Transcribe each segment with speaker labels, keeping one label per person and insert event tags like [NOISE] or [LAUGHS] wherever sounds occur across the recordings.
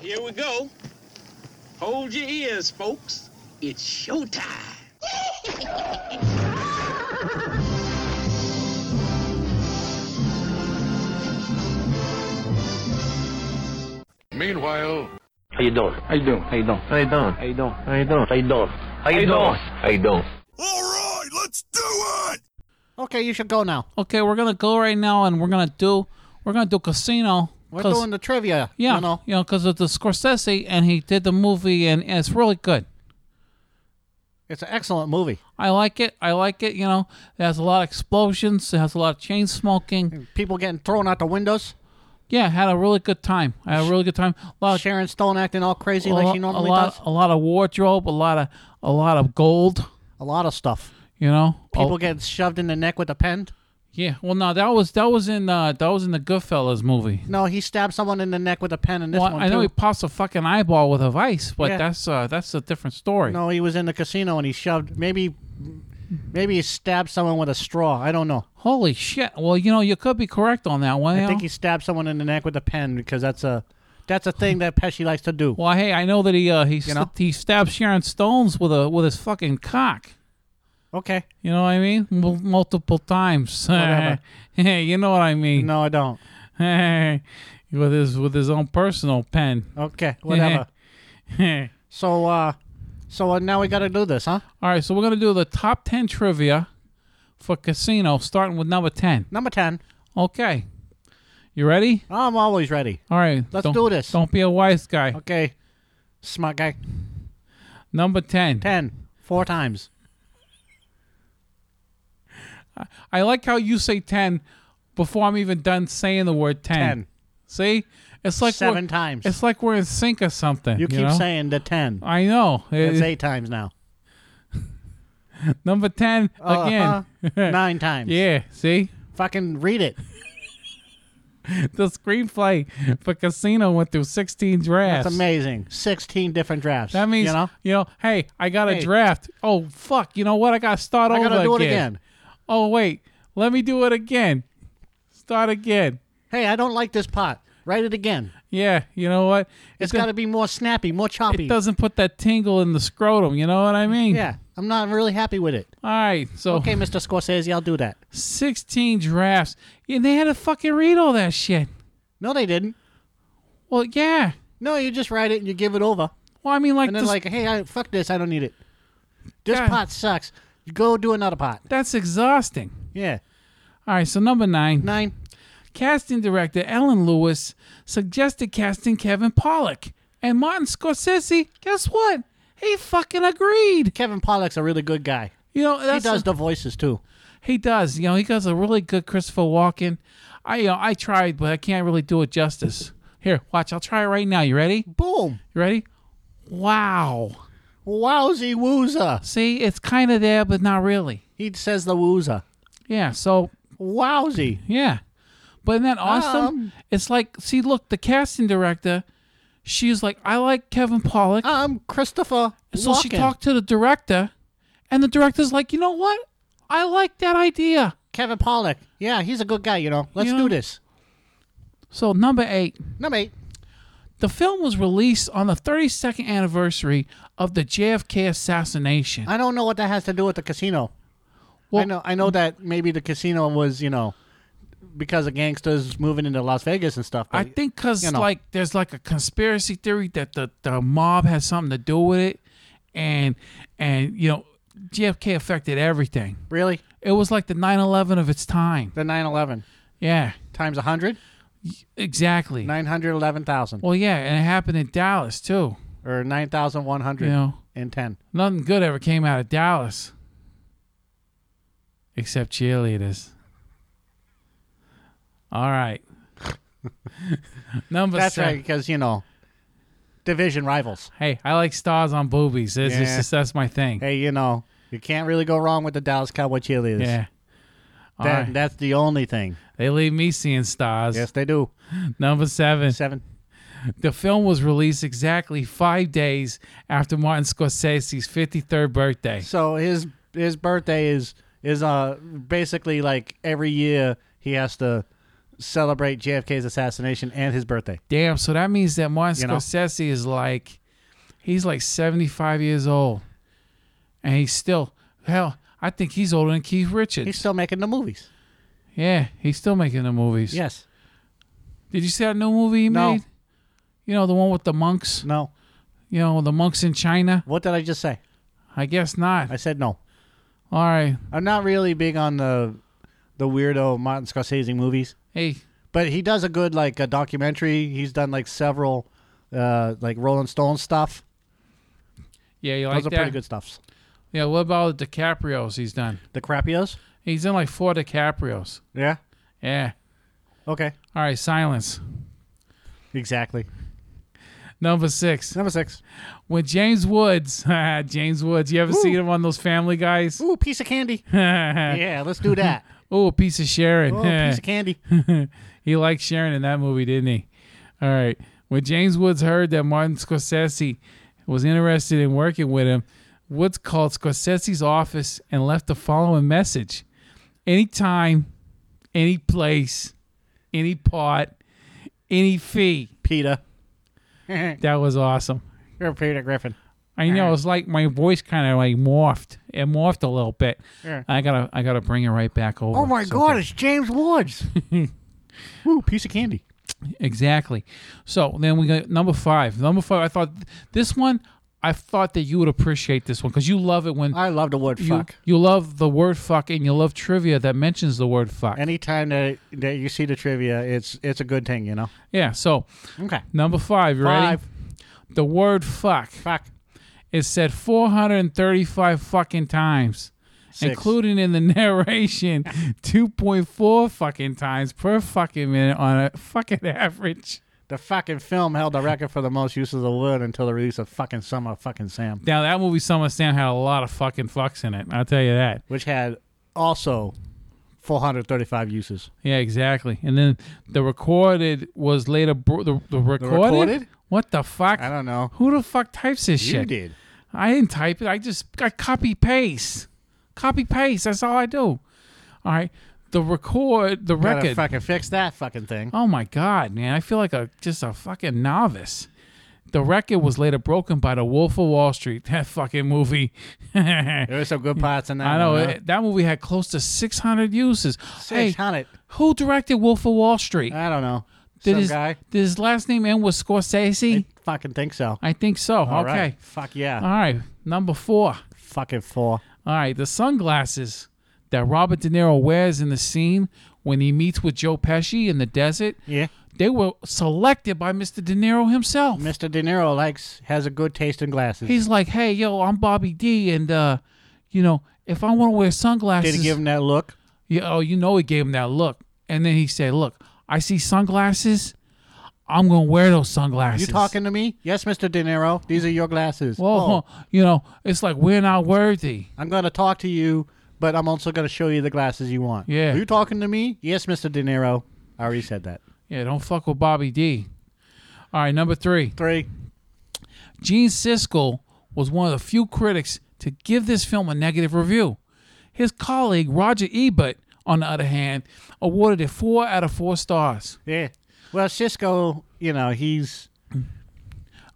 Speaker 1: here we go. Hold your ears, folks. It's showtime.
Speaker 2: Meanwhile,
Speaker 3: How you doing? How you doing? How you doing? How you doing? How you doing? How you doing? How you doing? How you doing? How you doing?
Speaker 4: Okay, you should go now.
Speaker 5: Okay, we're gonna go right now, and we're gonna do we're gonna do casino.
Speaker 4: We're
Speaker 5: 'cause-
Speaker 4: doing the trivia.
Speaker 5: yeah,
Speaker 4: You know.
Speaker 5: you know, because of the Scorsese, and he did the movie, and it's really good.
Speaker 4: It's an excellent movie.
Speaker 5: I like it. I like it. You know, it has a lot of explosions. It has a lot of chain smoking.
Speaker 4: People getting thrown out the windows.
Speaker 5: Yeah, I had a really good time. I had a really good time. A lot of
Speaker 4: Sharon Stone acting all crazy
Speaker 5: Uh, a
Speaker 4: like
Speaker 5: lot,
Speaker 4: she
Speaker 5: a
Speaker 4: normally
Speaker 5: lot-
Speaker 4: does.
Speaker 5: a lot of wardrobe. A lot of a lot of gold.
Speaker 4: A lot of stuff.
Speaker 5: You know,
Speaker 4: People
Speaker 5: Oh,
Speaker 4: getting shoved in the neck with a pen.
Speaker 5: yeah. Well, no, that was that was in uh, that was in the Goodfellas movie.
Speaker 4: No, he stabbed someone in the neck with a pen in this
Speaker 5: Well,
Speaker 4: one
Speaker 5: I know
Speaker 4: too.
Speaker 5: he pops a fucking eyeball with a vice, but
Speaker 4: Yeah.
Speaker 5: that's uh, that's a different story.
Speaker 4: no, he was in the casino and he shoved. Maybe, maybe he stabbed someone with a straw. I don't know.
Speaker 5: Holy shit! Well, you know, you could be correct on that one. you
Speaker 4: I think
Speaker 5: know?
Speaker 4: he stabbed someone in the neck with a pen because that's a, that's a thing that Pesci likes to do.
Speaker 5: Well, hey, I know that he uh, he
Speaker 4: know?
Speaker 5: st- he stabbed Sharon Stones with a with his fucking cock.
Speaker 4: Okay.
Speaker 5: You know what I mean? Mul multiple times. [LAUGHS]
Speaker 4: Whatever.
Speaker 5: hey, you know what I mean? [LAUGHS]
Speaker 4: No, I don't.
Speaker 5: with his with his own personal pen. [LAUGHS]
Speaker 4: Okay, whatever.
Speaker 5: All
Speaker 4: so, uh, so uh, now we got to do this, huh?
Speaker 5: right, so we're gonna do the top ten trivia for casino, starting with number ten.
Speaker 4: Number ten.
Speaker 5: Okay, you ready?
Speaker 4: I'm always ready.
Speaker 5: All right,
Speaker 4: Let's
Speaker 5: don't-
Speaker 4: do this.
Speaker 5: Don't be a wise guy.
Speaker 4: Okay, smart guy.
Speaker 5: Number ten.
Speaker 4: Ten. Four times.
Speaker 5: I like how you say 10 before I'm even done saying the word 10.
Speaker 4: 10.
Speaker 5: See? It's like
Speaker 4: Seven
Speaker 5: we're,
Speaker 4: times.
Speaker 5: It's like we're in sync or something.
Speaker 4: you keep
Speaker 5: know?
Speaker 4: saying the ten.
Speaker 5: I know.
Speaker 4: It's
Speaker 5: It-
Speaker 4: eight times now.
Speaker 5: Number 10
Speaker 4: Uh-huh.
Speaker 5: again.
Speaker 4: Nine times.
Speaker 5: yeah, see? [LAUGHS]
Speaker 4: Fucking read it.
Speaker 5: The screenplay for Casino went through 16 drafts.
Speaker 4: That's amazing. Sixteen different drafts.
Speaker 5: That means,
Speaker 4: you know.
Speaker 5: hey, I got a
Speaker 4: Hey.
Speaker 5: draft. Oh, fuck. You know what? I got to start
Speaker 4: I
Speaker 5: over
Speaker 4: gotta do it
Speaker 5: again.
Speaker 4: again.
Speaker 5: Oh, wait. Let me do it again. Start again.
Speaker 4: Hey, I don't like this pot. Write it again.
Speaker 5: Yeah, you know what?
Speaker 4: It's
Speaker 5: It do-
Speaker 4: got to be more snappy, more choppy.
Speaker 5: it doesn't put that tingle in the scrotum. You know what I mean? Oh.
Speaker 4: Yeah, I'm not really happy with it.
Speaker 5: All right. So
Speaker 4: Okay, Mr. Scorsese, I'll do that.
Speaker 5: 16 drafts. Yeah, they had to fucking read all that shit.
Speaker 4: No, they didn't.
Speaker 5: Well, yeah.
Speaker 4: No, you just write it and you give it over,
Speaker 5: Well, I mean, like,
Speaker 4: and then
Speaker 5: this-
Speaker 4: like, hey, I, fuck this, I don't need it. This
Speaker 5: God.
Speaker 4: pot sucks. Go do another pot.
Speaker 5: that's exhausting.
Speaker 4: Yeah,
Speaker 5: All right. So number nine,
Speaker 4: nine.
Speaker 5: casting director Ellen Lewis suggested casting Kevin Pollock and Martin Scorsese. Guess what? He fucking agreed.
Speaker 4: Kevin Pollak's a really good guy.
Speaker 5: You know,
Speaker 4: He
Speaker 5: that's
Speaker 4: does the voices too.
Speaker 5: He does. You know, he does a really good Christopher Walken. I you know, I tried, but I can't really do it justice. Here, watch. I'll try it right now. You ready?
Speaker 4: Boom.
Speaker 5: You ready? Wow.
Speaker 4: Wowzy wooza.
Speaker 5: See, it's kind of there, but not really.
Speaker 4: He says the wooza.
Speaker 5: Yeah. So
Speaker 4: Wowzy.
Speaker 5: yeah, but isn't that awesome?
Speaker 4: Um.
Speaker 5: it's like, see, look, the casting director, she's like, I like Kevin Pollock,
Speaker 4: I'm Christopher.
Speaker 5: so she
Speaker 4: Walken.
Speaker 5: talked to the director, and the director's like, you know what? I like that idea.
Speaker 4: Kevin Pollak. Yeah, he's a good guy. You know. Let's
Speaker 5: You know-
Speaker 4: do this.
Speaker 5: So number eight.
Speaker 4: Number eight.
Speaker 5: The film was released on the 32nd anniversary of the JFK assassination.
Speaker 4: I don't know what that has to do with the casino.
Speaker 5: Well-
Speaker 4: I know. I know that maybe the casino was, you know, because of gangsters moving into Las Vegas and stuff. But
Speaker 5: I think because
Speaker 4: you know.
Speaker 5: like there's like a conspiracy theory that the, the mob has something to do with it, and and you know JFK affected everything.
Speaker 4: really
Speaker 5: It was like the 9/11 of its time.
Speaker 4: the 9/11
Speaker 5: Yeah,
Speaker 4: times 100,
Speaker 5: exactly.
Speaker 4: 911,000
Speaker 5: well, yeah, and it happened in Dallas too.
Speaker 4: or
Speaker 5: You
Speaker 4: 9,110.
Speaker 5: know, nothing good ever came out of Dallas, except cheerleaders. All
Speaker 4: [LAUGHS]
Speaker 5: right, number
Speaker 4: That's
Speaker 5: seven.
Speaker 4: right, because you know, division rivals.
Speaker 5: Hey, I like stars on boobies. It's
Speaker 4: Yeah.
Speaker 5: just that's my thing.
Speaker 4: Hey, you know, you can't really go wrong with the Dallas Cowboy cheerleaders.
Speaker 5: Yeah. All
Speaker 4: That-
Speaker 5: right.
Speaker 4: That's the only thing.
Speaker 5: They leave me seeing stars.
Speaker 4: Yes, they do.
Speaker 5: Number seven.
Speaker 4: Seven.
Speaker 5: The film was released exactly five days after Martin Scorsese's 53rd birthday.
Speaker 4: So his his birthday is is uh basically like every year he has to celebrate JFK's assassination and his birthday.
Speaker 5: Damn. So that means that Martin
Speaker 4: You know?
Speaker 5: Scorsese is like, he's like 75 years old. And he's still, hell, I think he's older than Keith Richards.
Speaker 4: He's still making the movies.
Speaker 5: yeah, he's still making the movies.
Speaker 4: Yes.
Speaker 5: Did you see that new movie he
Speaker 4: No.
Speaker 5: made? You know, the one with the monks?
Speaker 4: No.
Speaker 5: You know, the monks in China?
Speaker 4: What did I just say?
Speaker 5: I guess not.
Speaker 4: I said no.
Speaker 5: All right.
Speaker 4: I'm not really big on the the weirdo Martin Scorsese movies,
Speaker 5: Hey,
Speaker 4: but he does a good like a documentary. He's done like several uh like Rolling Stone stuff.
Speaker 5: yeah, you
Speaker 4: Those
Speaker 5: like
Speaker 4: are
Speaker 5: that?
Speaker 4: pretty good stuffs.
Speaker 5: Yeah, what about the DiCaprios he's done?
Speaker 4: The Crapios?
Speaker 5: He's in like four DiCaprios.
Speaker 4: Yeah.
Speaker 5: Yeah.
Speaker 4: Okay.
Speaker 5: All right, silence.
Speaker 4: Exactly.
Speaker 5: Number six.
Speaker 4: Number 6.
Speaker 5: When James Woods, [LAUGHS] James Woods, you ever seen him on those Family Guys?
Speaker 4: Ooh, piece
Speaker 5: [LAUGHS]
Speaker 4: of candy. yeah, let's do that.
Speaker 5: Oh, a piece of Sharon.
Speaker 4: Oh, piece
Speaker 5: [LAUGHS]
Speaker 4: of candy.
Speaker 5: he liked Sharon in that movie, didn't he? All right. When James Woods heard that Martin Scorsese was interested in working with him, Woods called Scorsese's office and left the following message Anytime, any place, any part, any fee.
Speaker 4: Peter. You're
Speaker 5: That was awesome.
Speaker 4: Peter Griffin.
Speaker 5: I know it's like my voice kind of like morphed. It morphed a little bit.
Speaker 4: Yeah.
Speaker 5: I gotta, I gotta bring it right back over.
Speaker 4: Oh my
Speaker 5: So-
Speaker 4: God, it's
Speaker 5: [LAUGHS]
Speaker 4: James Woods. Ooh, piece of candy.
Speaker 5: Exactly. So then we got number five. Number five. I thought this one. I thought that you would appreciate this one because you love it when
Speaker 4: I love the word
Speaker 5: you
Speaker 4: fuck.
Speaker 5: you love the word fuck and you love trivia that mentions the word fuck.
Speaker 4: Anytime that, that you see the trivia, it's it's a good thing, you know.
Speaker 5: yeah. So
Speaker 4: Okay.
Speaker 5: number five. You
Speaker 4: Five.
Speaker 5: Ready? The word fuck
Speaker 4: Fuck.
Speaker 5: is said 435 fucking times.
Speaker 4: Six.
Speaker 5: including in the [LAUGHS] narration 2.4 fucking times per fucking minute on a fucking [LAUGHS] average.
Speaker 4: The fucking film held the record for the most use of the word until the release of fucking Summer of Fucking Sam,
Speaker 5: Now that movie Summer of Sam had a lot of fucking fucks in it. I'll tell you that.
Speaker 4: which had also 435 uses.
Speaker 5: Yeah, exactly. And then the recorded was later bro- the, the recorded?
Speaker 4: recorded?
Speaker 5: What the fuck?
Speaker 4: I don't know.
Speaker 5: Who the fuck types this
Speaker 4: You
Speaker 5: shit?
Speaker 4: did.
Speaker 5: I didn't type it. I just I copy paste. Copy paste. That's all I do. All right. The record the
Speaker 4: Gotta
Speaker 5: record.
Speaker 4: fucking fix that fucking thing.
Speaker 5: Oh my god, man! I feel like a just a fucking novice. The record was later broken by The Wolf of Wall Street. [LAUGHS] That fucking movie. [LAUGHS] I
Speaker 4: There were some good parts in that.
Speaker 5: Mm. know
Speaker 4: one, huh?
Speaker 5: it, that movie had close to 600 uses. Hey,
Speaker 4: 600.
Speaker 5: who directed Wolf of Wall Street?
Speaker 4: I don't know.
Speaker 5: did
Speaker 4: Uh, some
Speaker 5: his
Speaker 4: guy.
Speaker 5: did his last name end with Scorsese?
Speaker 4: I fucking think so.
Speaker 5: I, think so.
Speaker 4: All
Speaker 5: okay.
Speaker 4: right. Fuck yeah.
Speaker 5: All right. Number four.
Speaker 4: fucking four.
Speaker 5: All right, the sunglasses that Robert De Niro wears in the scene when he meets with Joe Pesci in the desert.
Speaker 4: Yeah.
Speaker 5: They were selected by Mr. De Niro himself.
Speaker 4: Mr. De Niro likes has a good taste in glasses.
Speaker 5: He's like, "Hey, yo, I'm Bobby D, and uh, you know, if I want to wear sunglasses,
Speaker 4: Did he give him that look?
Speaker 5: yeah, oh, you know, he gave him that look." And then he said, "Look, I see sunglasses. I'm gonna wear those sunglasses."
Speaker 4: You talking to me? Yes, Mr. De Niro. These are your glasses.
Speaker 5: Well,
Speaker 4: Oh,
Speaker 5: you know, it's like we're not worthy.
Speaker 4: I'm going to talk to you, but I'm also going to show you the glasses you want.
Speaker 5: Yeah.
Speaker 4: Are you talking to me? Yes, Mr. De Niro. I already said that.
Speaker 5: Yeah, don't fuck with Bobby D. All right, number three.
Speaker 4: Three.
Speaker 5: Gene Siskel was one of the few critics to give this film a negative review. His colleague Roger Ebert, on the other hand, awarded it four out of four stars.
Speaker 4: Yeah. Well, Cisco, you know, he's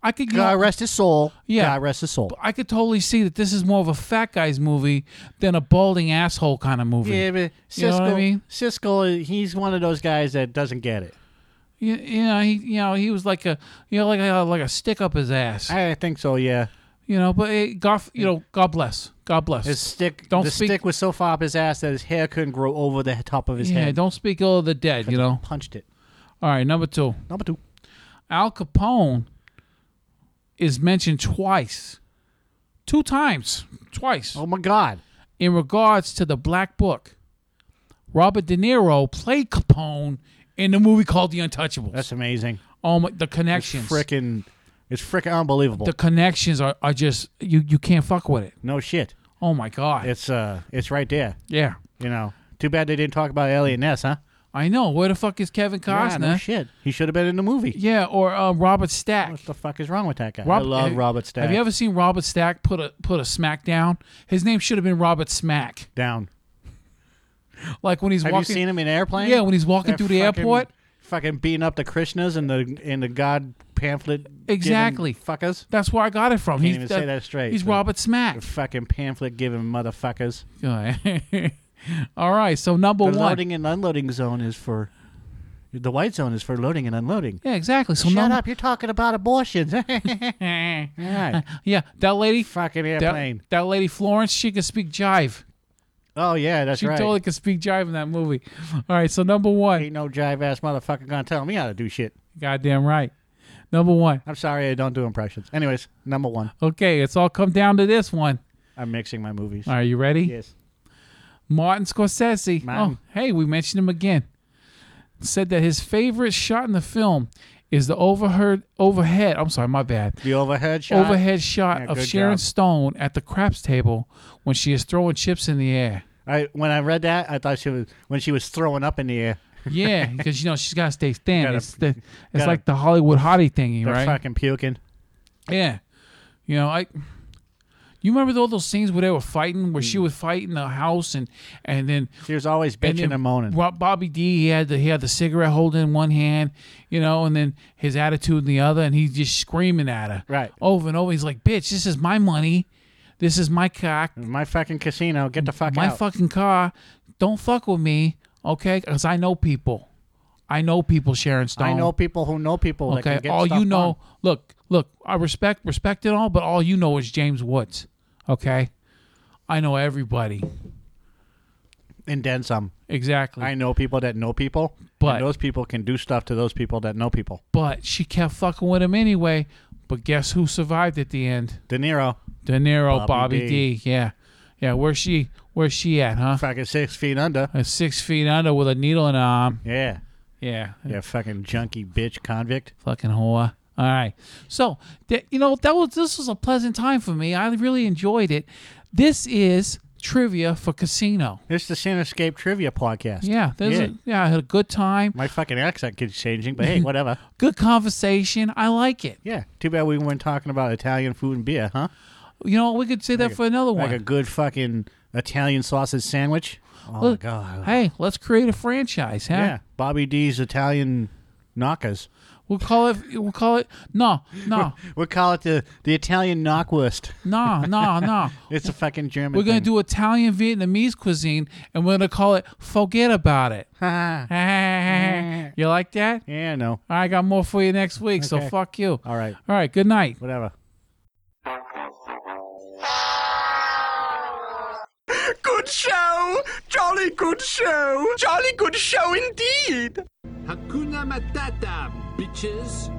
Speaker 5: I could you know-
Speaker 4: God rest his soul.
Speaker 5: Yeah.
Speaker 4: God rest his soul.
Speaker 5: I could totally see that this is more of a fat guy's movie than a balding asshole kind of movie.
Speaker 4: Yeah, but
Speaker 5: You know
Speaker 4: Cisco,
Speaker 5: what I mean?
Speaker 4: Cisco, he's one of those guys that doesn't get it.
Speaker 5: You, you know, he you know he was like a you know like a like a stick up his ass.
Speaker 4: I think so. Yeah,
Speaker 5: you know, but it, God f- you know God bless, God bless.
Speaker 4: his stick.
Speaker 5: Don't
Speaker 4: the
Speaker 5: speak-
Speaker 4: stick was so far up his ass that his hair couldn't grow over the top of his
Speaker 5: yeah,
Speaker 4: head.
Speaker 5: don't speak ill of the dead.
Speaker 4: [LAUGHS]
Speaker 5: You know.
Speaker 4: Punched it.
Speaker 5: All right, number two.
Speaker 4: Number two.
Speaker 5: Al Capone is mentioned twice, two times, twice
Speaker 4: Oh my God.
Speaker 5: in regards to the Black Book. Robert De Niro played Capone in the movie called The Untouchables.
Speaker 4: That's amazing.
Speaker 5: Oh my, the
Speaker 4: It's
Speaker 5: connections.
Speaker 4: freaking, it's freaking unbelievable.
Speaker 5: the connections are, are just you you can't fuck with it.
Speaker 4: no shit.
Speaker 5: Oh my god.
Speaker 4: It's uh, it's right there.
Speaker 5: yeah.
Speaker 4: You know. Too bad they didn't talk about Elliot Ness, huh?
Speaker 5: I know. Where the fuck is Kevin
Speaker 4: Yeah,
Speaker 5: Costner?
Speaker 4: no shit. He should have been in the movie.
Speaker 5: Yeah, or uh, Robert Stack.
Speaker 4: What the fuck is wrong with that guy?
Speaker 5: Rob-
Speaker 4: I love
Speaker 5: have-
Speaker 4: Robert Stack.
Speaker 5: Have you ever seen Robert Stack put a put a smack down? His name should have been Robert Smack.
Speaker 4: down?
Speaker 5: Like when he's
Speaker 4: Have
Speaker 5: walking.
Speaker 4: you seen him in an airplane?
Speaker 5: Yeah, when he's walking
Speaker 4: They're
Speaker 5: through the
Speaker 4: fucking-
Speaker 5: airport.
Speaker 4: fucking beating up the Krishnas and the and the God pamphlet. giving
Speaker 5: Exactly.
Speaker 4: fuckers.
Speaker 5: That's where I got it from. he's
Speaker 4: even say that straight,
Speaker 5: He's
Speaker 4: so-
Speaker 5: Robert Smack. [LAUGHS]
Speaker 4: The fucking pamphlet giving motherfuckers.
Speaker 5: All right. So number
Speaker 4: The
Speaker 5: one.
Speaker 4: loading and unloading zone is for. The white zone is for loading and unloading.
Speaker 5: Yeah, exactly. So
Speaker 4: Shut
Speaker 5: number.
Speaker 4: up! You're talking about abortions. [LAUGHS] Alright.
Speaker 5: [LAUGHS] yeah, that lady.
Speaker 4: Fucking
Speaker 5: That,
Speaker 4: airplane.
Speaker 5: that lady Florence, she could speak jive.
Speaker 4: oh yeah, that's
Speaker 5: She
Speaker 4: right.
Speaker 5: totally could speak jive in that movie. All right, so number one,
Speaker 4: Ain't no jive ass motherfucker gonna tell me how to do shit.
Speaker 5: goddamn right. Number one.
Speaker 4: I'm sorry, I don't do impressions. Anyways, number one.
Speaker 5: Okay, it's all come down to this one.
Speaker 4: I'm mixing my movies.
Speaker 5: Are you ready?
Speaker 4: Yes.
Speaker 5: Martin Scorsese.
Speaker 4: Martin.
Speaker 5: Oh, hey, we mentioned him again. Said that his favorite shot in the film is the overheard overhead. I'm sorry, my bad.
Speaker 4: The overhead shot.
Speaker 5: Overhead shot
Speaker 4: Yeah,
Speaker 5: of
Speaker 4: good
Speaker 5: Sharon
Speaker 4: job.
Speaker 5: Stone at the craps table when she is throwing chips in the air.
Speaker 4: I when I read that, I thought she was when she was throwing up in the air. [LAUGHS]
Speaker 5: Yeah, because you know she's got to stay thin.
Speaker 4: Gotta-
Speaker 5: it's the, it's
Speaker 4: gotta-
Speaker 5: like the Hollywood hottie thingy,
Speaker 4: They're
Speaker 5: right?
Speaker 4: fucking puking.
Speaker 5: Yeah. You know, I you remember all those scenes where they were fighting, where she would fight in the house and and then
Speaker 4: She was always
Speaker 5: and
Speaker 4: Mm. bitching and,
Speaker 5: then
Speaker 4: moaning.
Speaker 5: Bo- Bobby D he had the he had the cigarette holder in one hand, you know, and then his attitude in the other, and he's just screaming at her.
Speaker 4: Right.
Speaker 5: Over and over. He's like, bitch, this is my money. This is my cock.
Speaker 4: my fucking casino. Get the fuck
Speaker 5: my
Speaker 4: out.
Speaker 5: fucking car. Don't fuck with me, okay? Because I know people. I know people, Sharon Stone.
Speaker 4: I know people who know people that
Speaker 5: Okay.
Speaker 4: can get
Speaker 5: all
Speaker 4: stuff
Speaker 5: you know,
Speaker 4: done.
Speaker 5: look, look. I respect, respect it all, but all you know is James Woods. Okay. I know everybody
Speaker 4: and then some.
Speaker 5: exactly,
Speaker 4: I know people that know people,
Speaker 5: But-
Speaker 4: and those people can do stuff to those people that know people.
Speaker 5: but she kept fucking with him anyway. But guess who survived at the end?
Speaker 4: De Niro,
Speaker 5: De Niro, Bobby,
Speaker 4: Bobby
Speaker 5: D.
Speaker 4: D.
Speaker 5: Yeah, yeah. Where's she? Where's she at? Huh?
Speaker 4: fucking six
Speaker 5: [LAUGHS]
Speaker 4: feet under.
Speaker 5: Uh, Six feet under with a needle in her arm.
Speaker 4: Yeah,
Speaker 5: Yeah,
Speaker 4: yeah, fucking junkie bitch convict.
Speaker 5: fucking whore. All right. So that you know that was this was a pleasant time for me. I really enjoyed it. This is trivia for casino.
Speaker 4: It's the Cinescape Trivia Podcast.
Speaker 5: Yeah, there's yeah.
Speaker 4: Yeah.
Speaker 5: A, yeah, I had a good time,
Speaker 4: My fucking accent keeps changing,
Speaker 5: [LAUGHS]
Speaker 4: but hey, whatever.
Speaker 5: good conversation. I like it.
Speaker 4: Yeah, too bad we weren't talking about Italian food and beer, huh?
Speaker 5: You know, we could say that for another
Speaker 4: Like
Speaker 5: one.
Speaker 4: a good fucking Italian sausage sandwich. Oh
Speaker 5: Look,
Speaker 4: my god.
Speaker 5: Hey, let's create a franchise, huh?
Speaker 4: Yeah, Bobby D's Italian knockers.
Speaker 5: We'll call it. We'll call it. No, no,
Speaker 4: We'll call it the the Italian knockwurst. [LAUGHS]
Speaker 5: no, no, no.
Speaker 4: It's a fucking German.
Speaker 5: We're gonna
Speaker 4: thing.
Speaker 5: do Italian Vietnamese cuisine, and we're gonna call it "Forget About It." [LAUGHS]
Speaker 4: [LAUGHS] yeah,
Speaker 5: you like that?
Speaker 4: no.
Speaker 5: I got more for you next week, so
Speaker 4: Okay.
Speaker 5: fuck you.
Speaker 4: All right,
Speaker 5: All right, good night.
Speaker 4: whatever.
Speaker 2: Good show! Jolly good show! Jolly good show indeed!
Speaker 1: Hakuna Matata, bitches.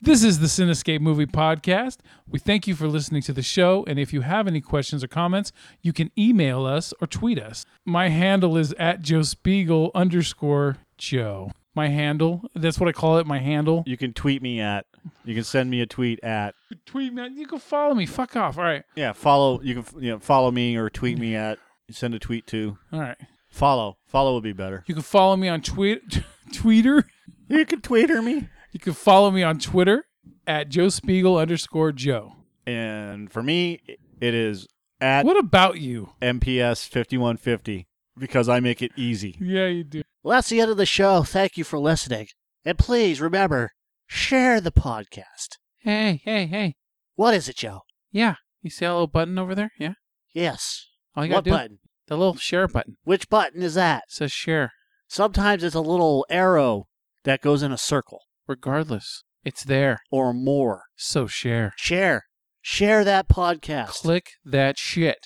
Speaker 5: This is the Cinescape Movie Podcast. We thank you for listening to the show, and if you have any questions or comments, you can email us or tweet us. My handle is at Joe Spiegel underscore Joe. My handle, that's what I call it, my handle.
Speaker 4: You can tweet me at. You can send me a tweet at.
Speaker 5: Tweet me, you can follow me, fuck off. All right,
Speaker 4: Yeah, follow. You can you know, follow me or tweet me at. Send a tweet to.
Speaker 5: all right.
Speaker 4: Follow. Follow would be better.
Speaker 5: You can follow me on tweet, [LAUGHS] Twitter.
Speaker 4: You can tweeter me.
Speaker 5: You can follow me on Twitter at Joe Spiegel underscore Joe.
Speaker 4: And for me, it is at
Speaker 5: What about you?
Speaker 4: MPS 5150 because I make it easy.
Speaker 5: Yeah, you do.
Speaker 6: Well, that's the end of the show. Thank you for listening. And please remember, share the podcast.
Speaker 5: Hey, hey, hey.
Speaker 6: What is it, Joe?
Speaker 5: Yeah. You see that little button over there? Yeah.
Speaker 6: Yes.
Speaker 5: All you gotta
Speaker 6: what
Speaker 5: do
Speaker 6: button?
Speaker 5: the little share button.
Speaker 6: Which button is that?
Speaker 5: It says share.
Speaker 6: Sometimes it's a little arrow that goes in a circle
Speaker 5: Regardless, it's there.
Speaker 6: or more.
Speaker 5: So share.
Speaker 6: Share. Share that podcast.
Speaker 5: Click that shit.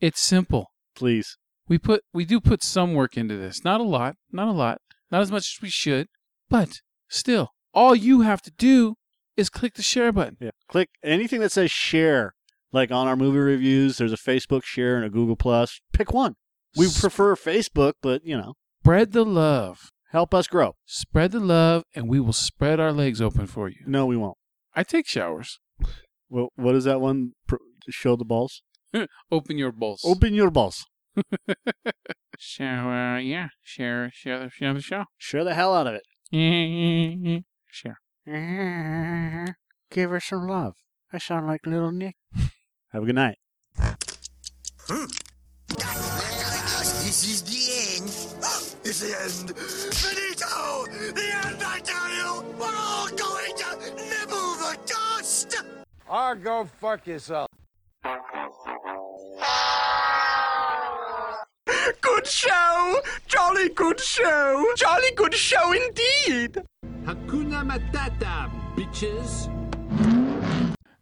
Speaker 5: it's simple.
Speaker 4: Please.
Speaker 5: We put we do put some work into this. Not a lot, not a lot, not as much as we should, but still, all you have to do is click the share button.
Speaker 4: Yeah. Click anything that says share. Like on our movie reviews, there's a Facebook share and a Google Plus. Pick one. We
Speaker 5: S-
Speaker 4: prefer Facebook, but you know,
Speaker 5: Spread the love.
Speaker 4: help us grow.
Speaker 5: Spread the love and we will spread our legs open for you.
Speaker 4: No, we won't.
Speaker 5: I take showers.
Speaker 4: Well, what is that one? Pr- Show the balls.
Speaker 5: Open your bowls.
Speaker 4: Open your balls.
Speaker 5: Share, uh, yeah, share, share the, share the show. [LAUGHS]
Speaker 6: Share the hell out
Speaker 4: [LAUGHS]
Speaker 6: of it.
Speaker 5: share.
Speaker 6: Give her some
Speaker 4: [LAUGHS]
Speaker 6: love. I sound like little Nick.
Speaker 4: Have a good night.
Speaker 7: This is the end. It's the end. Finito! The end, I tell you! We're all going to nibble the dust!
Speaker 8: Or go fuck yourself.
Speaker 2: Good show! Jolly good show! Jolly good show indeed!
Speaker 9: Hakuna Matata, bitches.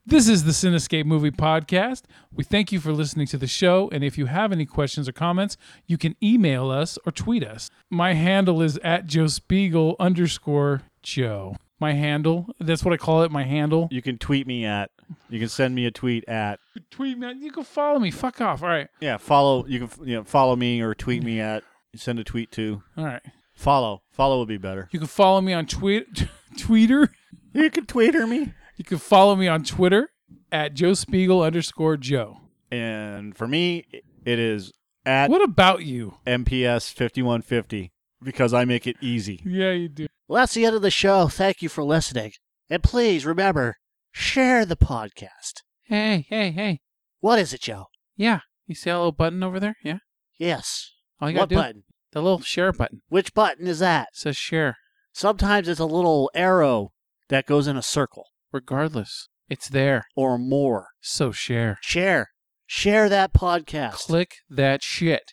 Speaker 5: This is the Cinescape Movie Podcast. We thank you for listening to the show. And if you have any questions or comments, you can email us or tweet us. My handle is at Joe Spiegel underscore Joe. My handle, that's what I call it, my handle.
Speaker 4: You can tweet me at. You can send me a tweet at.
Speaker 5: Tweet me, you can follow me. Fuck off. All right.
Speaker 4: Yeah, follow. You can you know, follow me or tweet me at. Send a tweet to.
Speaker 5: All right.
Speaker 4: Follow. Follow would be better.
Speaker 5: You can follow me on tweet, [LAUGHS] Twitter.
Speaker 4: You can tweeter me.
Speaker 5: You can follow me on Twitter at Joe Spiegel underscore Joe.
Speaker 4: And for me, it is at
Speaker 5: What about you?
Speaker 4: MPS fifty one fifty because I make it easy.
Speaker 5: Yeah, you do.
Speaker 6: Well, that's the end of the show. Thank you for listening. And please remember, share the podcast.
Speaker 5: Hey, hey, hey.
Speaker 6: What is it, Joe?
Speaker 5: Yeah. You see that little button over there? Yeah.
Speaker 6: Yes.
Speaker 5: All you
Speaker 6: what
Speaker 5: gotta do
Speaker 6: button?
Speaker 5: the little share button.
Speaker 6: Which button is that?
Speaker 5: It says share.
Speaker 6: Sometimes it's a little arrow that goes in a circle
Speaker 5: Regardless. It's there.
Speaker 6: or more.
Speaker 5: So share.
Speaker 6: Share. Share that podcast.
Speaker 5: Click that shit.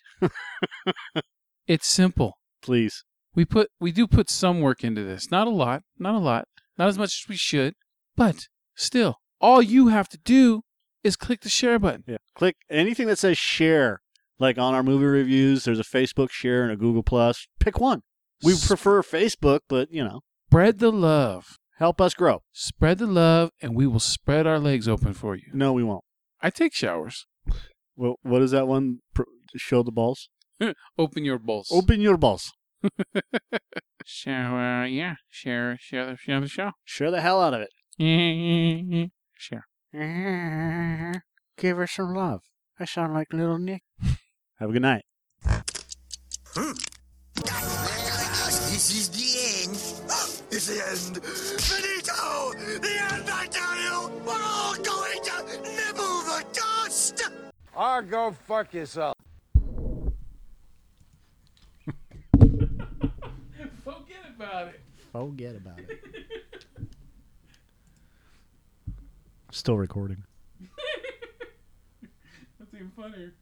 Speaker 5: it's simple.
Speaker 4: Please.
Speaker 5: We put we do put some work into this. Not a lot, not a lot, not as much as we should, but still, all you have to do is click the share button.
Speaker 4: Yeah. Click anything that says share. Like on our movie reviews, there's a Facebook share and a Google Plus. Pick one. We
Speaker 5: S-
Speaker 4: prefer Facebook, but you know,
Speaker 5: Spread the love.
Speaker 4: help us grow.
Speaker 5: Spread the love and we will spread our legs open for you.
Speaker 4: No, we won't.
Speaker 5: I take showers.
Speaker 4: Well, what is that one? Pr- Show the balls.
Speaker 5: Open your bowls.
Speaker 4: Open your balls.
Speaker 5: Shower, uh, yeah. Share, share the, share the show. [LAUGHS]
Speaker 4: Share the hell out of it.
Speaker 5: share.
Speaker 4: [LAUGHS] Give her some love. I sound like little Nick. [LAUGHS] Have a good night.
Speaker 7: This is the end. It's the end. Finito! The end, I tell you! We're all going to nibble the dust!
Speaker 8: Or go fuck yourself.
Speaker 5: Forget about it.
Speaker 6: Forget about it.
Speaker 4: Still recording.
Speaker 5: That's even funnier.